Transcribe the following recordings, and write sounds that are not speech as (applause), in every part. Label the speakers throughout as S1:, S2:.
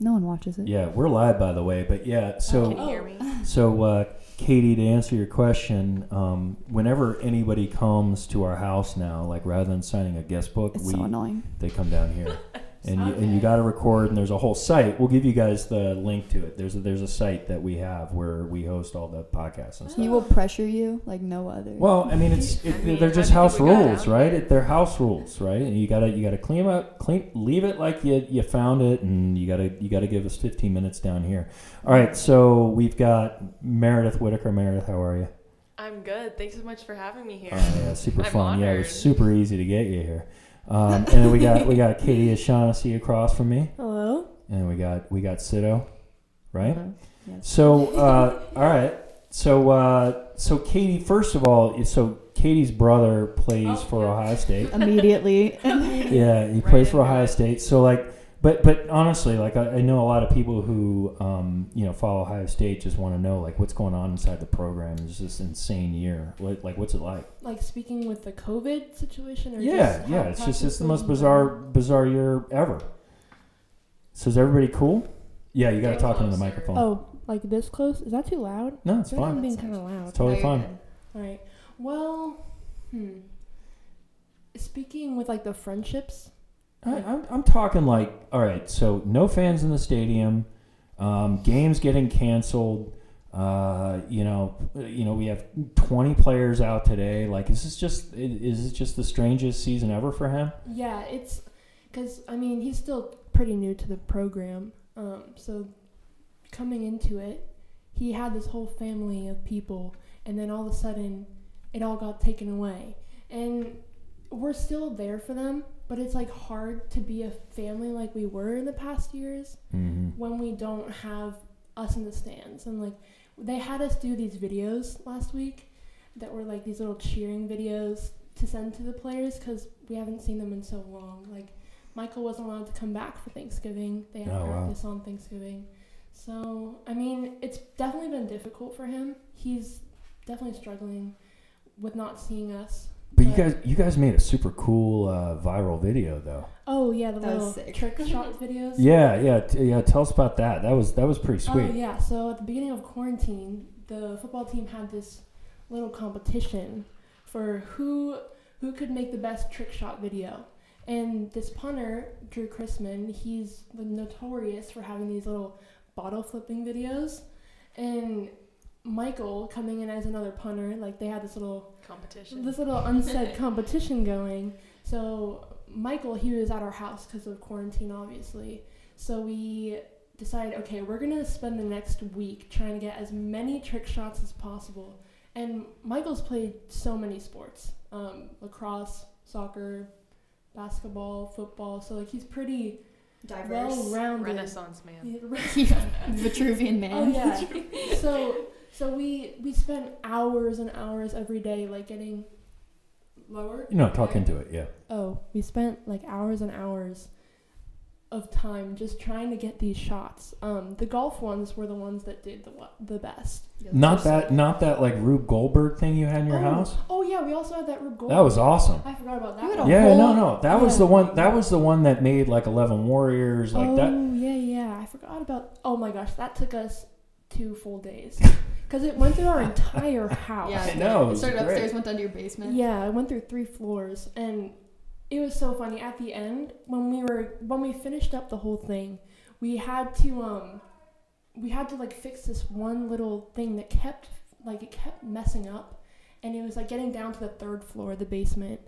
S1: No one watches it.
S2: Yeah, we're live by the way, but yeah.
S3: Can
S2: So
S3: you hear me?
S4: Oh.
S2: so uh, Katie, to answer your question, um, whenever anybody comes to our house now, like rather than signing a guest book,
S1: It's
S2: we
S1: so annoying.
S2: they come down
S3: (laughs)
S2: here. And you, and you got to record, and there's a whole site. We'll give you guys the link to it. There's a, there's a site that we have where we host all the podcasts and stuff.
S1: He will pressure you like no other.
S2: Well, I mean, it's it,
S3: Oh. I mean,
S2: they're
S3: how
S2: just
S3: do you
S2: house
S3: figure that
S2: rules,
S3: out?
S2: right? It, they're house rules, right? And you gotta you gotta clean up, clean, leave it like you, you found it, and you gotta you gotta give us 15 minutes down here. All right, so we've got Meredith Whitaker. Meredith, how
S3: (laughs)
S2: are you?
S3: I'm good. Thanks so much for having me here.
S2: Uh, yeah, super
S3: I'm
S2: fun. Yeah, it
S3: honored.
S2: was super easy to get you
S3: (laughs)
S2: here. Um, and then we got we got Katie O'Shaughnessy across from me,
S4: Hello.
S2: and we got we got Sido, right?
S1: Yes.
S2: So, uh, all right. So, uh, so Katie, first of all, so Katie's brother plays
S3: Oh,
S2: for
S3: yeah.
S2: Ohio State. (laughs)
S1: Immediately.
S2: yeah, he
S3: Right
S2: plays for
S3: into
S2: Ohio
S3: it.
S2: State. So, like, but but honestly, like, I, I know a lot of people who um, you know follow Ohio State just want to know like what's going on inside the program. It's this insane year. What, like, what's it like?
S4: Like speaking with the COVID situation, or
S2: yeah,
S4: just
S2: yeah.
S4: how
S2: It's just it's the
S4: practices
S2: most
S4: and-
S2: bizarre bizarre year ever. So is everybody cool? Yeah, you got to
S3: Get
S2: talk into the
S3: closer.
S2: microphone.
S4: Oh, like this close? Is that too loud?
S2: No, it's
S4: I feel like I'm
S2: fine.
S4: being kind of loud.
S2: It's totally
S3: No, you're
S2: fine.
S3: good.
S4: All right. Well, hmm. Speaking with like the friendships,
S2: I, I'm, I'm talking like, all right, so no fans in the stadium, um, games getting canceled. Uh, you know, you know, we have 20 players out today. Like, is this just i- is this just the strangest season ever for him?
S4: yeah, it's because I mean he's still pretty new to the program, um, so coming into it, he had this whole family of people, and then all of a sudden, it all got taken away, and we're still there for them, but it's like hard to be a family like we were in the past years
S2: Mm-hmm.
S4: when we don't have us in the stands. And like they had us do these videos last week that were like these little cheering videos to send to the players because we haven't seen them in so long. Like Michael wasn't allowed to come back for Thanksgiving. They had
S2: Oh, wow.
S4: practice on Thanksgiving. So I mean, it's definitely been difficult for him. He's definitely struggling with not seeing us.
S2: But you guys, you guys made a super cool uh, viral video though.
S4: Oh yeah, the
S1: That was
S4: little
S1: sick.
S4: trick
S1: (laughs)
S4: shot videos.
S2: Yeah, yeah, t- yeah. Tell us about that. That was that was pretty
S4: Oh
S2: sweet.
S4: yeah. So at the beginning of quarantine, the football team had this little competition for who who could make the best trick shot video. And this punter, Drew Chrisman, he's notorious for having these little bottle flipping videos. And Michael coming in as another punter, like they had this little
S3: Competition.
S4: this little
S3: (laughs)
S4: unsaid competition going. So Michael, he was at our house because of quarantine, obviously. So we decided, okay, we're gonna spend the next week trying to get as many trick shots as possible. And Michael's played so many sports: um, lacrosse, soccer, basketball, football. So like he's pretty well-rounded.
S3: Renaissance man.
S1: Vitruvian man.
S4: (laughs) Oh
S1: (laughs)
S4: yeah. so so we we spent hours and hours every day like getting lower.
S2: You know, talk into it. Yeah.
S4: Oh, we spent like hours and hours of time just trying to get these shots. Um, the golf ones were the ones that did the wa- the best.
S2: Not that, not that like Rube Goldberg thing you had in your
S4: oh,
S2: house.
S4: Oh yeah, we also had that Rube
S2: That was awesome.
S4: I forgot about
S1: You
S4: that.
S1: had
S4: one.
S1: a
S2: Yeah,
S1: whole-
S2: no, no. That was
S4: yeah.
S2: the one. That was the one that made like Eleven Warriors, like
S4: oh
S2: that.
S4: yeah, yeah. I forgot about. Oh my gosh, that took us two
S2: (laughs)
S4: full days because it went through our (laughs) entire house.
S1: Yeah.
S2: I know. It
S1: It
S2: was
S1: started
S2: great.
S1: upstairs, went down to your basement.
S4: Yeah, I went through three floors and it was so funny. At the end, when we were when we finished up the whole thing, we had to um we had to like fix this one little thing that kept like it kept messing up and it was like getting down to the third floor of the basement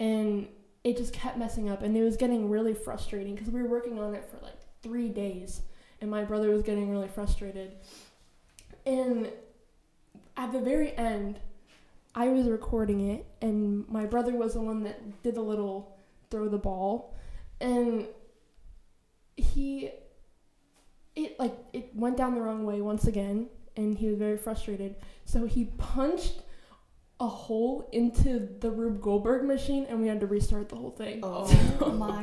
S4: and it just kept messing up and it was getting really frustrating because we were working on it for like three days and my brother was getting really frustrated and at the very end I was recording it, and my brother was the one that did the little throw the ball, and he, it like it went down the wrong way once again, and he was very frustrated. So he punched a hole into the Rube Goldberg machine, and we had to restart the whole thing.
S1: Oh my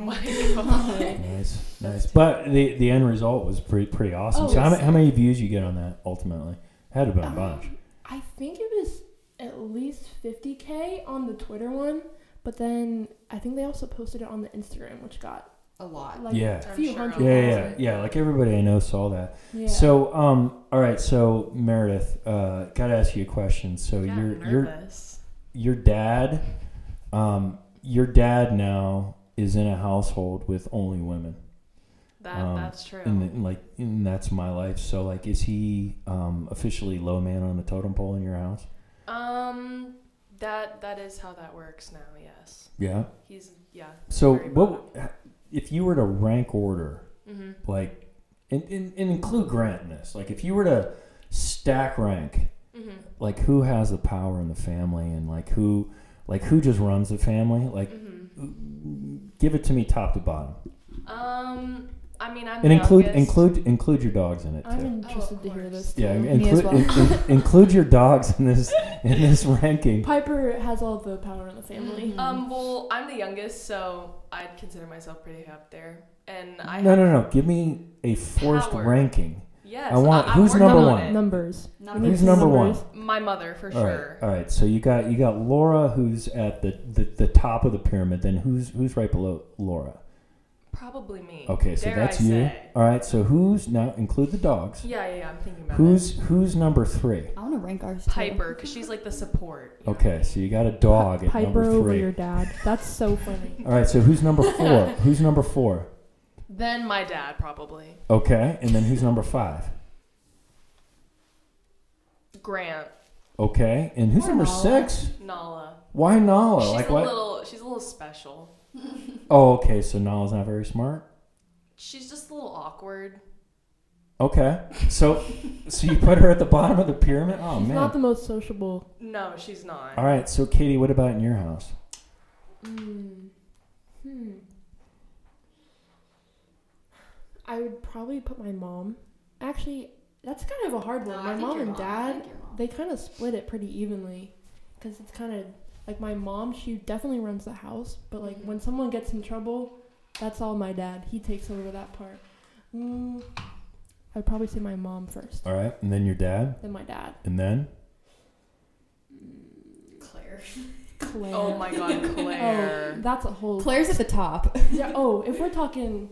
S1: God.
S2: Nice, nice. But the the end result was pretty pretty awesome.
S4: Oh,
S2: so how, ma-
S4: yes.
S2: how many views you get on that ultimately? Had to be a
S4: Um,
S2: bunch.
S4: I think it was at least 50k on the Twitter one, but then I think they also posted it on the Instagram, which got
S5: a lot.
S4: like
S2: Yeah.
S4: a
S3: I'm
S4: few
S3: sure
S4: hundred.
S2: Yeah, yeah, yeah,
S3: thousand.
S2: yeah. Like everybody I know saw that.
S4: Oh, Yeah.
S2: So, um, all right. So Meredith, uh, gotta ask you a question. So
S3: Yeah,
S2: your
S3: I'm
S2: your
S3: nervous.
S2: your dad, um, your dad now is in a household with only women,
S3: That
S2: um,
S3: that's true.
S2: and then, like, and that's my life. So, like, is he um officially low man on the totem pole in your house?
S3: um, that that is how that works now. Yes,
S2: Yeah.
S3: he's yeah.
S2: So,
S3: very
S2: what if you were to rank order?
S3: Mm-hmm.
S2: like and, and, and include Grant in this. Like if you were to stack rank,
S3: Mm-hmm.
S2: like who has the power in the family and like who like who just runs the family? Like
S3: Mm-hmm.
S2: give it to me top to bottom.
S3: Um, I mean, I'm
S2: And
S3: the
S2: include
S3: youngest.
S2: include include your dogs in it
S4: I'm
S2: too.
S4: interested
S3: of
S4: to hear
S3: course.
S4: this.
S2: Yeah,
S4: too.
S2: in-
S1: Me as
S2: include in- (laughs) in- include your dogs in this in
S3: (laughs)
S2: this ranking.
S4: Piper has all the power in the family.
S1: Mhm.
S3: Um, well, I'm the youngest, so I'd consider myself pretty up there. And I
S2: No, no, no. Give me a forced
S3: Power.
S2: ranking.
S3: Yes,
S2: I want-
S3: I'm
S2: who's
S3: working
S2: number
S3: on
S2: one?
S3: it.
S4: Numbers.
S1: Number
S2: Who's
S4: Numbers.
S2: number one?
S3: My mother, for
S2: All right,
S3: sure.
S2: all right. So you got you got Laura, who's at the, the, the top of the pyramid. Then who's who's right below Laura?
S3: Probably me.
S2: Okay, so
S3: Dare
S2: that's
S3: I
S2: you.
S3: say.
S2: All right, so who's now include the dogs?
S3: Yeah, yeah, yeah, I'm thinking about it.
S2: Who's who's number three?
S1: I want to rank ours. too.
S3: Piper? Because she's like the support. you know?
S2: Okay, so you got a dog at
S4: Piper
S2: number
S4: over
S2: three. Oh,
S4: your dad. That's so funny.
S2: All right, so who's
S4: (laughs)
S2: number four? who's number four?
S3: Then my dad probably.
S2: Okay, and then who's number five?
S3: Grant,
S2: Okay, and who's
S1: Poor
S2: number
S1: Nala.
S2: six?
S3: Nala.
S2: Why Nala?
S3: she's
S2: Oh, like
S3: a
S2: what?
S3: little. She's a little special.
S2: Oh, okay, so Nala's not very smart.
S3: She's just a little awkward.
S2: Okay, so so you put her at the bottom of the pyramid. Oh
S4: She's
S2: man.
S4: not the most sociable.
S3: No, she's not.
S2: All right, so Katie, what about in your house?
S4: Mm. Hmm. I would probably put my mom. Actually, that's kind of a hard
S5: No,
S4: one.
S5: I
S4: my
S5: think
S4: mom
S5: your
S4: and
S5: I
S4: dad,
S5: think your mom.
S4: they kind of split it pretty evenly because it's kind of like my mom she definitely runs the house but
S3: Mm-hmm.
S4: like when someone gets in trouble that's all my dad he takes over that part mm, i'd probably say my mom first
S2: All right, and then your dad,
S4: then my dad
S2: and then
S1: (laughs)
S5: Claire.
S4: claire
S3: Oh my
S2: (laughs)
S3: God, Claire.
S4: Oh, that's a whole
S1: Claire's at the top.
S4: yeah oh if we're talking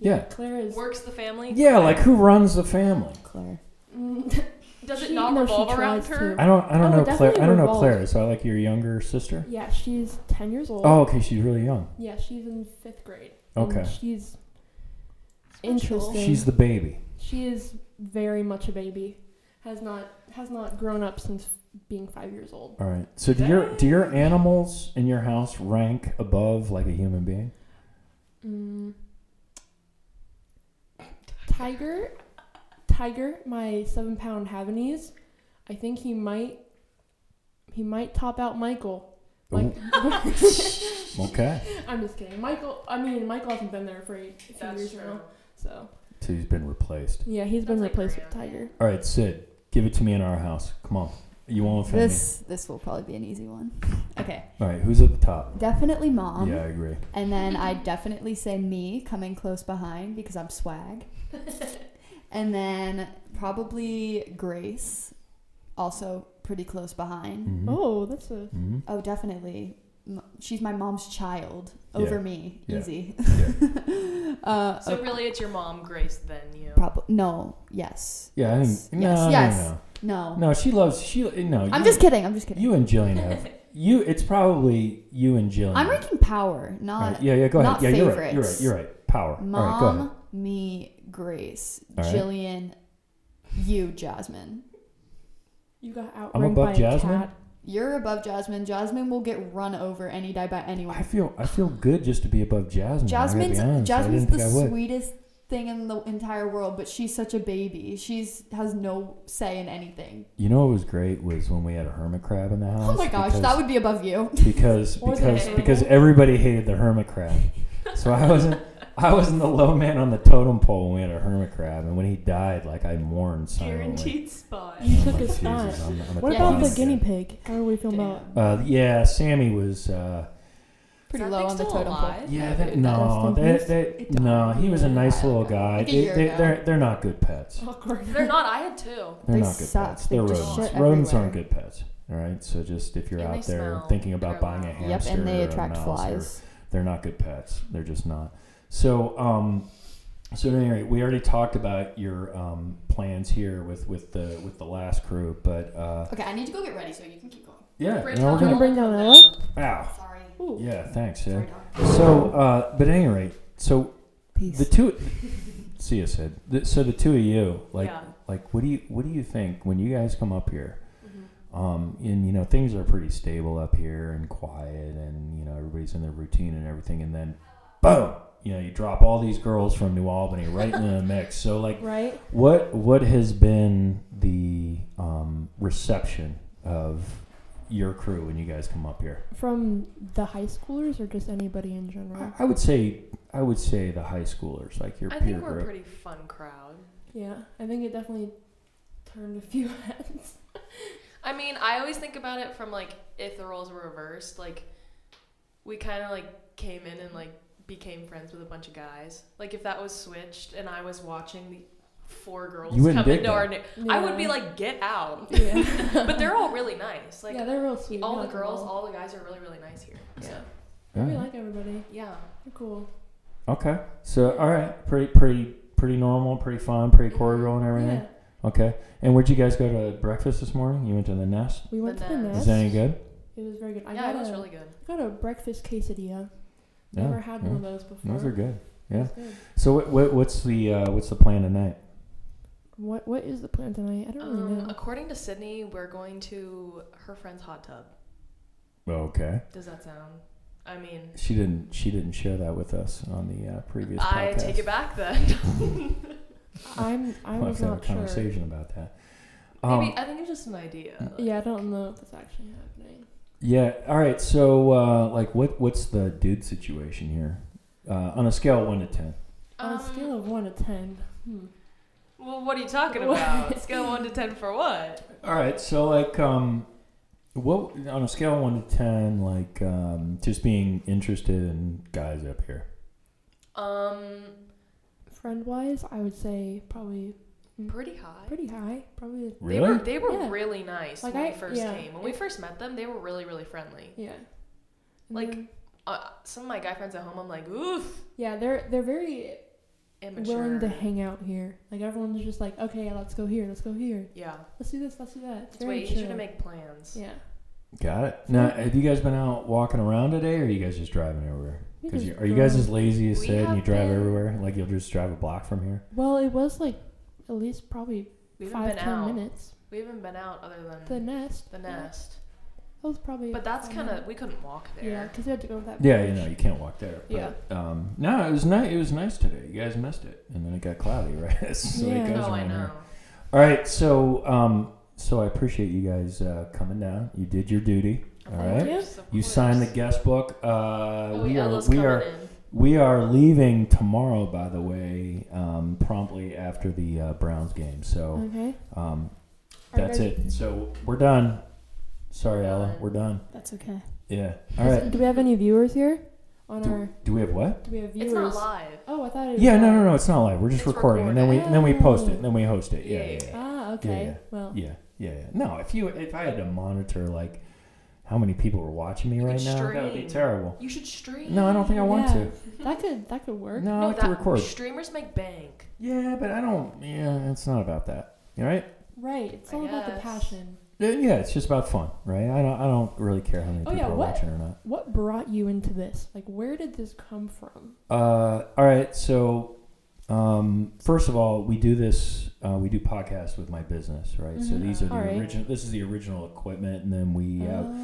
S2: Yeah.
S4: claire is (laughs)
S3: Works the family.
S2: yeah, like who runs the family?
S1: Claire.
S4: Mm,
S3: Does it
S4: She-
S3: not
S4: no, she
S3: revolve around
S4: tries
S3: her?
S4: to.
S2: I don't. I don't
S4: Oh,
S2: know
S4: it
S2: Claire. I
S4: definitely
S2: don't know
S4: revolves.
S2: Claire. Is that like your younger sister?
S4: yeah she's 10 years old
S2: Oh, okay. She's really young.
S4: yeah she's in fifth grade and
S2: Okay.
S4: she's
S5: Special.
S4: interesting
S2: She's the baby.
S4: She is very much a baby. Has not has not grown up since being five years old.
S2: All right. So do your do your animals in your house rank above like a human being?
S4: Mm. Tiger, Tiger, my seven pound Havanese. I think he might he might top out Michael. Like,
S2: Okay.
S4: (laughs) I'm just kidding. Michael, I mean Michael hasn't been there for a few
S3: That's
S4: years
S3: true.
S4: now, so
S2: So he's been replaced.
S4: yeah, he's been
S3: That's like
S4: replaced with
S3: grand.
S4: Tiger.
S2: All right, Sid. Give it to me in our house. Come on. You won't offend
S1: This this will probably be an easy one. Okay,
S2: me. All right. Who's at the top?
S1: definitely mom.
S2: yeah, I agree.
S1: And then I definitely say me coming close behind because I'm swag. and then probably Grace, also pretty close behind.
S2: hmm
S4: Oh, that's a
S2: hmm
S1: Oh, definitely. M- She's my mom's child over
S2: Yeah.
S1: me.
S2: Yeah.
S1: Easy.
S2: Yeah.
S1: (laughs) uh,
S3: So really, it's your mom, Grace, then you.
S1: prob- no. Yes.
S2: Yeah. I think,
S1: Yes. yes.
S2: no, no,
S1: yes. No.
S2: no. No, she loves. She no.
S1: I'm
S2: you-
S1: just kidding. I'm just kidding.
S2: You and Jillian have you. It's probably you and Jillian.
S1: I'm ranking power,
S2: All
S1: not
S2: right, Yeah, yeah. Go ahead.
S1: not
S2: Yeah, you're right. You're right.
S1: favorites.
S2: You're right. Power. All right. Go
S1: mom,
S2: ahead.
S1: me, Grace,
S2: All right.
S1: Jillian, you, Jasmine.
S4: you got outranked
S2: I'm above
S4: by
S2: Jasmine?
S4: a cat.
S1: You're above Jasmine. Jasmine will get run over any day by anyone.
S2: I feel I feel good just to be above Jasmine.
S1: Jasmine's
S2: I gotta be honest.
S1: Jasmine's
S2: I didn't
S1: the
S2: think I would.
S1: sweetest thing in the entire world, but she's such a baby. She's has no say in anything.
S2: You know what was great was when we had a hermit crab in the house.
S1: Oh my gosh,
S2: because,
S1: that would be above you. (laughs)
S2: because
S4: Or the
S2: because
S4: animal.
S2: because everybody hated the hermit crab. So I wasn't I wasn't the low man on the totem pole when we had a hermit crab, and when he died, like I mourned silently. (laughs)
S3: Guaranteed spot.
S4: You
S2: I'm
S4: took
S2: like,
S4: his spot.
S2: Jesus, I'm, I'm at
S4: What
S1: Yeah,
S4: about
S2: bottom
S4: the
S1: he's-
S2: again."
S4: guinea pig? How are we feeling about?
S1: Damn.
S2: Uh, yeah, Sammy was. Uh,
S1: Pretty
S3: Is that
S1: low
S3: thing
S1: on the
S3: still
S1: totem pole.
S3: alive?
S2: yeah,
S1: that-
S2: that,
S4: Rest
S2: no,
S4: in
S2: they,
S4: peace.
S2: they,
S1: It
S2: no,
S1: died
S2: he was a
S1: a
S2: nice
S1: while
S2: little
S1: ago.
S2: guy.
S1: Like a
S2: They,
S1: year
S2: they,
S1: ago.
S2: they're they're not good pets.
S4: Awkward.
S3: They're not. I had two.
S2: They're
S1: They
S2: not good
S1: suck.
S2: pets. They're
S1: They just
S2: rodents.
S1: shit
S2: Rodents aren't
S1: everywhere.
S2: good pets. All right. So just if you're
S3: And they
S2: out there
S3: smell.
S2: thinking about
S3: They're
S2: buying a
S3: loud.
S2: hamster,
S1: Yep, and they
S2: or a
S1: attract
S2: mouse, or-
S1: flies.
S2: They're not good pets. They're just not. So, um, so at any rate, we already talked about your um, plans here with with the with the last crew, but uh,
S1: Okay, I need to go get ready, so you can keep going.
S2: yeah,
S3: Bring
S2: you know, we're
S3: Tom.
S2: gonna,
S4: Gonna bring down Ella?
S2: ow,
S1: Sorry.
S2: yeah, thanks, yeah.
S1: Sorry, dog.
S2: So, uh, but at any rate, so
S1: Peace.
S2: the two, see you, Sid. The, so the two of you, like,
S3: yeah.
S2: like, what do you what do you think when you guys come up here?
S3: Mhm.
S2: Um, and you know things are pretty stable up here and quiet, and you know everybody's in their routine and everything. And then, boom, you know you drop all these girls from New Albany right into the mix. So like,
S4: Right?
S2: what what has been the um, reception of your crew when you guys come up here?
S4: From the high schoolers or just anybody in general?
S2: I, I would say I would say the high schoolers, like your
S3: I
S2: peer
S3: think we're a
S2: group.
S3: pretty fun crowd.
S4: Yeah, I think it definitely turned a few (laughs) heads.
S3: I mean, I always think about it from like if the roles were reversed, like we kind of like came in and like became friends with a bunch of guys. Like if that was switched and I was watching the four girls
S2: You wouldn't
S3: come
S2: dig
S3: into our, na- I would be
S4: Yeah.
S3: like, get out.
S4: (laughs) yeah.
S3: But they're all really nice. Like
S4: (laughs) yeah, they're real sweet.
S3: all
S4: not
S3: the
S4: at
S3: girls, all the guys are really really nice here. So
S4: Yeah.
S2: All
S4: We
S2: right.
S4: like everybody.
S3: yeah,
S4: They're cool.
S2: Okay, so all right, pretty pretty pretty normal, pretty fun, pretty cordial and everything.
S4: Yeah.
S2: Okay, and where'd you guys go to breakfast this morning? You went to the Nest.
S4: We went
S3: The
S4: to the
S3: nest.
S4: nest.
S2: Is that any good?
S4: It was very good. I
S3: yeah,
S4: got
S3: it was
S4: a-
S3: really good.
S4: got a breakfast quesadilla.
S2: Yeah,
S4: Never had one
S2: yeah.
S4: of those before.
S2: Those are good.
S4: It's good.
S2: So what, what what's the uh, what's the plan tonight?
S4: What What is the plan tonight? I don't really
S3: Um, (laughs)
S4: know.
S3: according to Sydney, we're going to her friend's hot tub.
S2: Okay,
S3: Does that sound? I mean,
S2: she didn't she didn't share that with us on the uh, previous.
S3: I
S2: podcast.
S3: take it back then. (laughs)
S4: I'm. I
S2: We'll have
S4: was
S2: to have a
S4: not sure.
S2: conversation about that. Um,
S3: Maybe I think it's just an idea. like-
S4: Yeah, I don't know if it's actually happening.
S2: Yeah. All right. So, uh, like, what what's the dude situation here? Uh, on a scale of one to ten.
S4: On a
S3: Um,
S4: Oh, scale of one to ten, hmm.
S3: Well, what are you talking about? Scale one to ten for what?
S2: All right. So, like, um, what on a scale of one to ten, like, um, just being interested in guys up here.
S3: Um,
S4: friend wise, I would say probably
S3: pretty high.
S4: pretty high. Probably
S3: They were
S2: Really?
S3: they were
S4: Yeah.
S3: really nice
S4: Like,
S3: when
S4: I-
S3: we first
S4: yeah.
S3: came. When we first met them, they were really really friendly.
S4: yeah. And
S3: Like-
S4: then-
S3: Uh, some of my guy friends at home, I'm like, oof,
S4: yeah, they're they're very
S3: immature.
S4: willing to hang out here. Like everyone's just like, okay, let's go here, let's go here,
S3: Yeah,
S4: let's do this, let's do that. It's
S3: it's
S4: very
S3: way easier to
S4: chill.
S3: make plans.
S4: Yeah,
S2: Got it. Now, have you guys been out walking around today, or are you guys just driving everywhere?
S4: We
S2: Because
S4: just
S2: are you guys
S4: drove.
S2: as lazy as
S3: We
S2: Sid and you
S3: have
S2: drive
S3: been-
S2: everywhere? Like, you'll just drive a block from here.
S4: Well, it was like at least probably
S3: We haven't
S4: five
S3: been
S4: ten
S3: out.
S4: minutes.
S3: We haven't been out other than
S4: The
S3: the,
S4: nest. yeah,
S3: nest.
S4: That was probably.
S3: But that's
S4: five
S3: kind of
S4: minutes.
S3: we couldn't walk
S4: Yeah,
S3: there.
S4: because we had to go with that.
S2: Yeah, you
S4: bridge.
S2: know, you can't walk there.
S4: Yeah.
S2: But, um, no, it was nice. It was nice today. You guys missed it, and then it got cloudy, (laughs) right? so
S4: Yeah.
S2: it goes
S3: Oh, I
S2: around here.
S3: know.
S2: All right, so um, so I appreciate you guys uh, coming down. You did your duty. All right,
S4: Thank you.
S2: you signed the guest book. Uh,
S3: Oh,
S2: we
S3: yeah,
S2: are
S3: Ella's
S2: we
S3: coming
S2: are
S3: in.
S2: we are leaving tomorrow. By the way, um, promptly after the uh, Browns game. So
S4: Okay.
S3: Mm.
S2: um,
S4: Are you
S2: that's
S4: guys-
S2: it. So we're done. Sorry,
S3: We're
S2: Ella,
S3: done.
S2: we're done.
S1: That's okay.
S3: (laughs)
S2: Yeah. All right.
S4: Do we have any viewers here? On
S2: Do,
S4: our.
S2: do we have what?
S4: Do we have viewers?
S3: It's not live.
S4: Oh, I thought it was.
S2: Yeah, no,
S4: live.
S2: no, no. It's not live. We're just
S3: It's Oh.
S2: recording, and then we and then we post it,
S4: recorded.
S2: and then we host it. yeah,
S3: Yeah,
S2: yeah. yeah.
S4: Ah, okay.
S2: yeah.
S3: Oh.
S4: Well,
S2: Yeah, yeah, yeah. No, if you if I had to monitor like how many people were watching me
S3: You
S2: right
S3: could
S2: now, that would be
S3: stream.
S2: terrible.
S3: You should stream.
S2: No, I don't think I want
S4: Yeah.
S2: to.
S4: that could that could work.
S2: No, I like to
S3: that-
S2: record.
S3: Streamers make bank.
S2: Yeah, but I don't. Yeah, it's not about that. You all right?
S4: Right. It's
S3: I
S4: all about the
S3: guess.
S4: passion.
S2: Yeah, Yeah, it's just about fun, right? I don't. I don't really care how many
S4: Oh,
S2: people
S4: yeah,
S2: are
S4: what?
S2: watching or not.
S4: What brought you into this? Like, where did this come from?
S2: Uh, all right. So, um, first of all, we do this. Uh, we do podcasts with my business, right? So
S4: Mhm.
S2: these are the
S4: All right.
S2: original. This is the original equipment, and then we uh,
S4: Oh,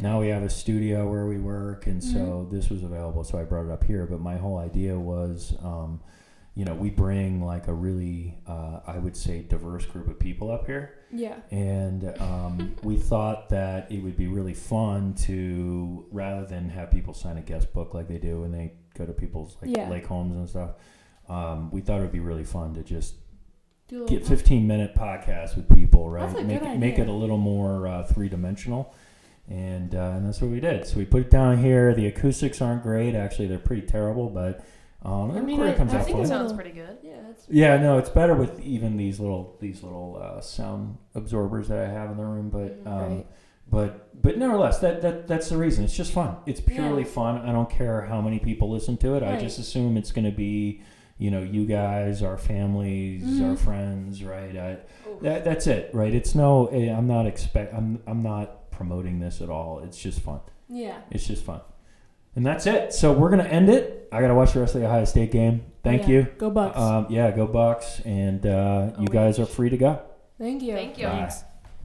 S2: now we have a studio where we work and
S4: Mm-hmm.
S2: so this was available so i brought it up here but my whole idea was um, you know we bring like a really uh, i would say diverse group of people up here
S4: yeah.
S2: and um, we thought that it would be really fun to rather than have people sign a guest book like they do when they go to people's like
S4: Yeah.
S2: lake homes and stuff um, we thought it would be really fun to just
S4: Do a little
S2: get 15 minute podcasts with people right
S4: That's a
S2: make,
S4: good
S2: it, make
S4: idea.
S2: it a little more uh, three-dimensional and, uh, and that's what we did so we put it down here the acoustics aren't great actually they're pretty terrible but um, the
S4: I mean,
S2: recording
S4: I-
S2: comes
S4: I
S2: out
S3: I think
S2: fine.
S3: it
S4: fun.
S3: sounds pretty good.
S4: Yeah, that's
S2: yeah no it's better with even these little these little uh, sound absorbers that i have in the room but um,
S4: Mm-hmm, right.
S2: But but nevertheless, that, that that's the reason. It's just fun. It's purely fun. I don't care how many people listen to it. I
S4: Right.
S2: just assume it's going to be, you know, you guys, our families, our
S4: Mhm.
S2: friends, right? I,
S3: Ooh.
S2: that, that's it, right? It's no. eh, I'm not expect. I'm I'm not promoting this at all. It's just fun.
S4: Yeah.
S2: It's just fun. And that's it. So we're gonna end it. I gotta watch the rest of the Ohio State game. Thank
S4: Yeah.
S2: you.
S4: Go Bucks.
S2: Um, yeah, go Bucks, and uh,
S3: Oh,
S2: you
S3: wait.
S2: guys are free to go.
S4: Thank you.
S3: Thank you.
S2: Bye.
S4: Thanks.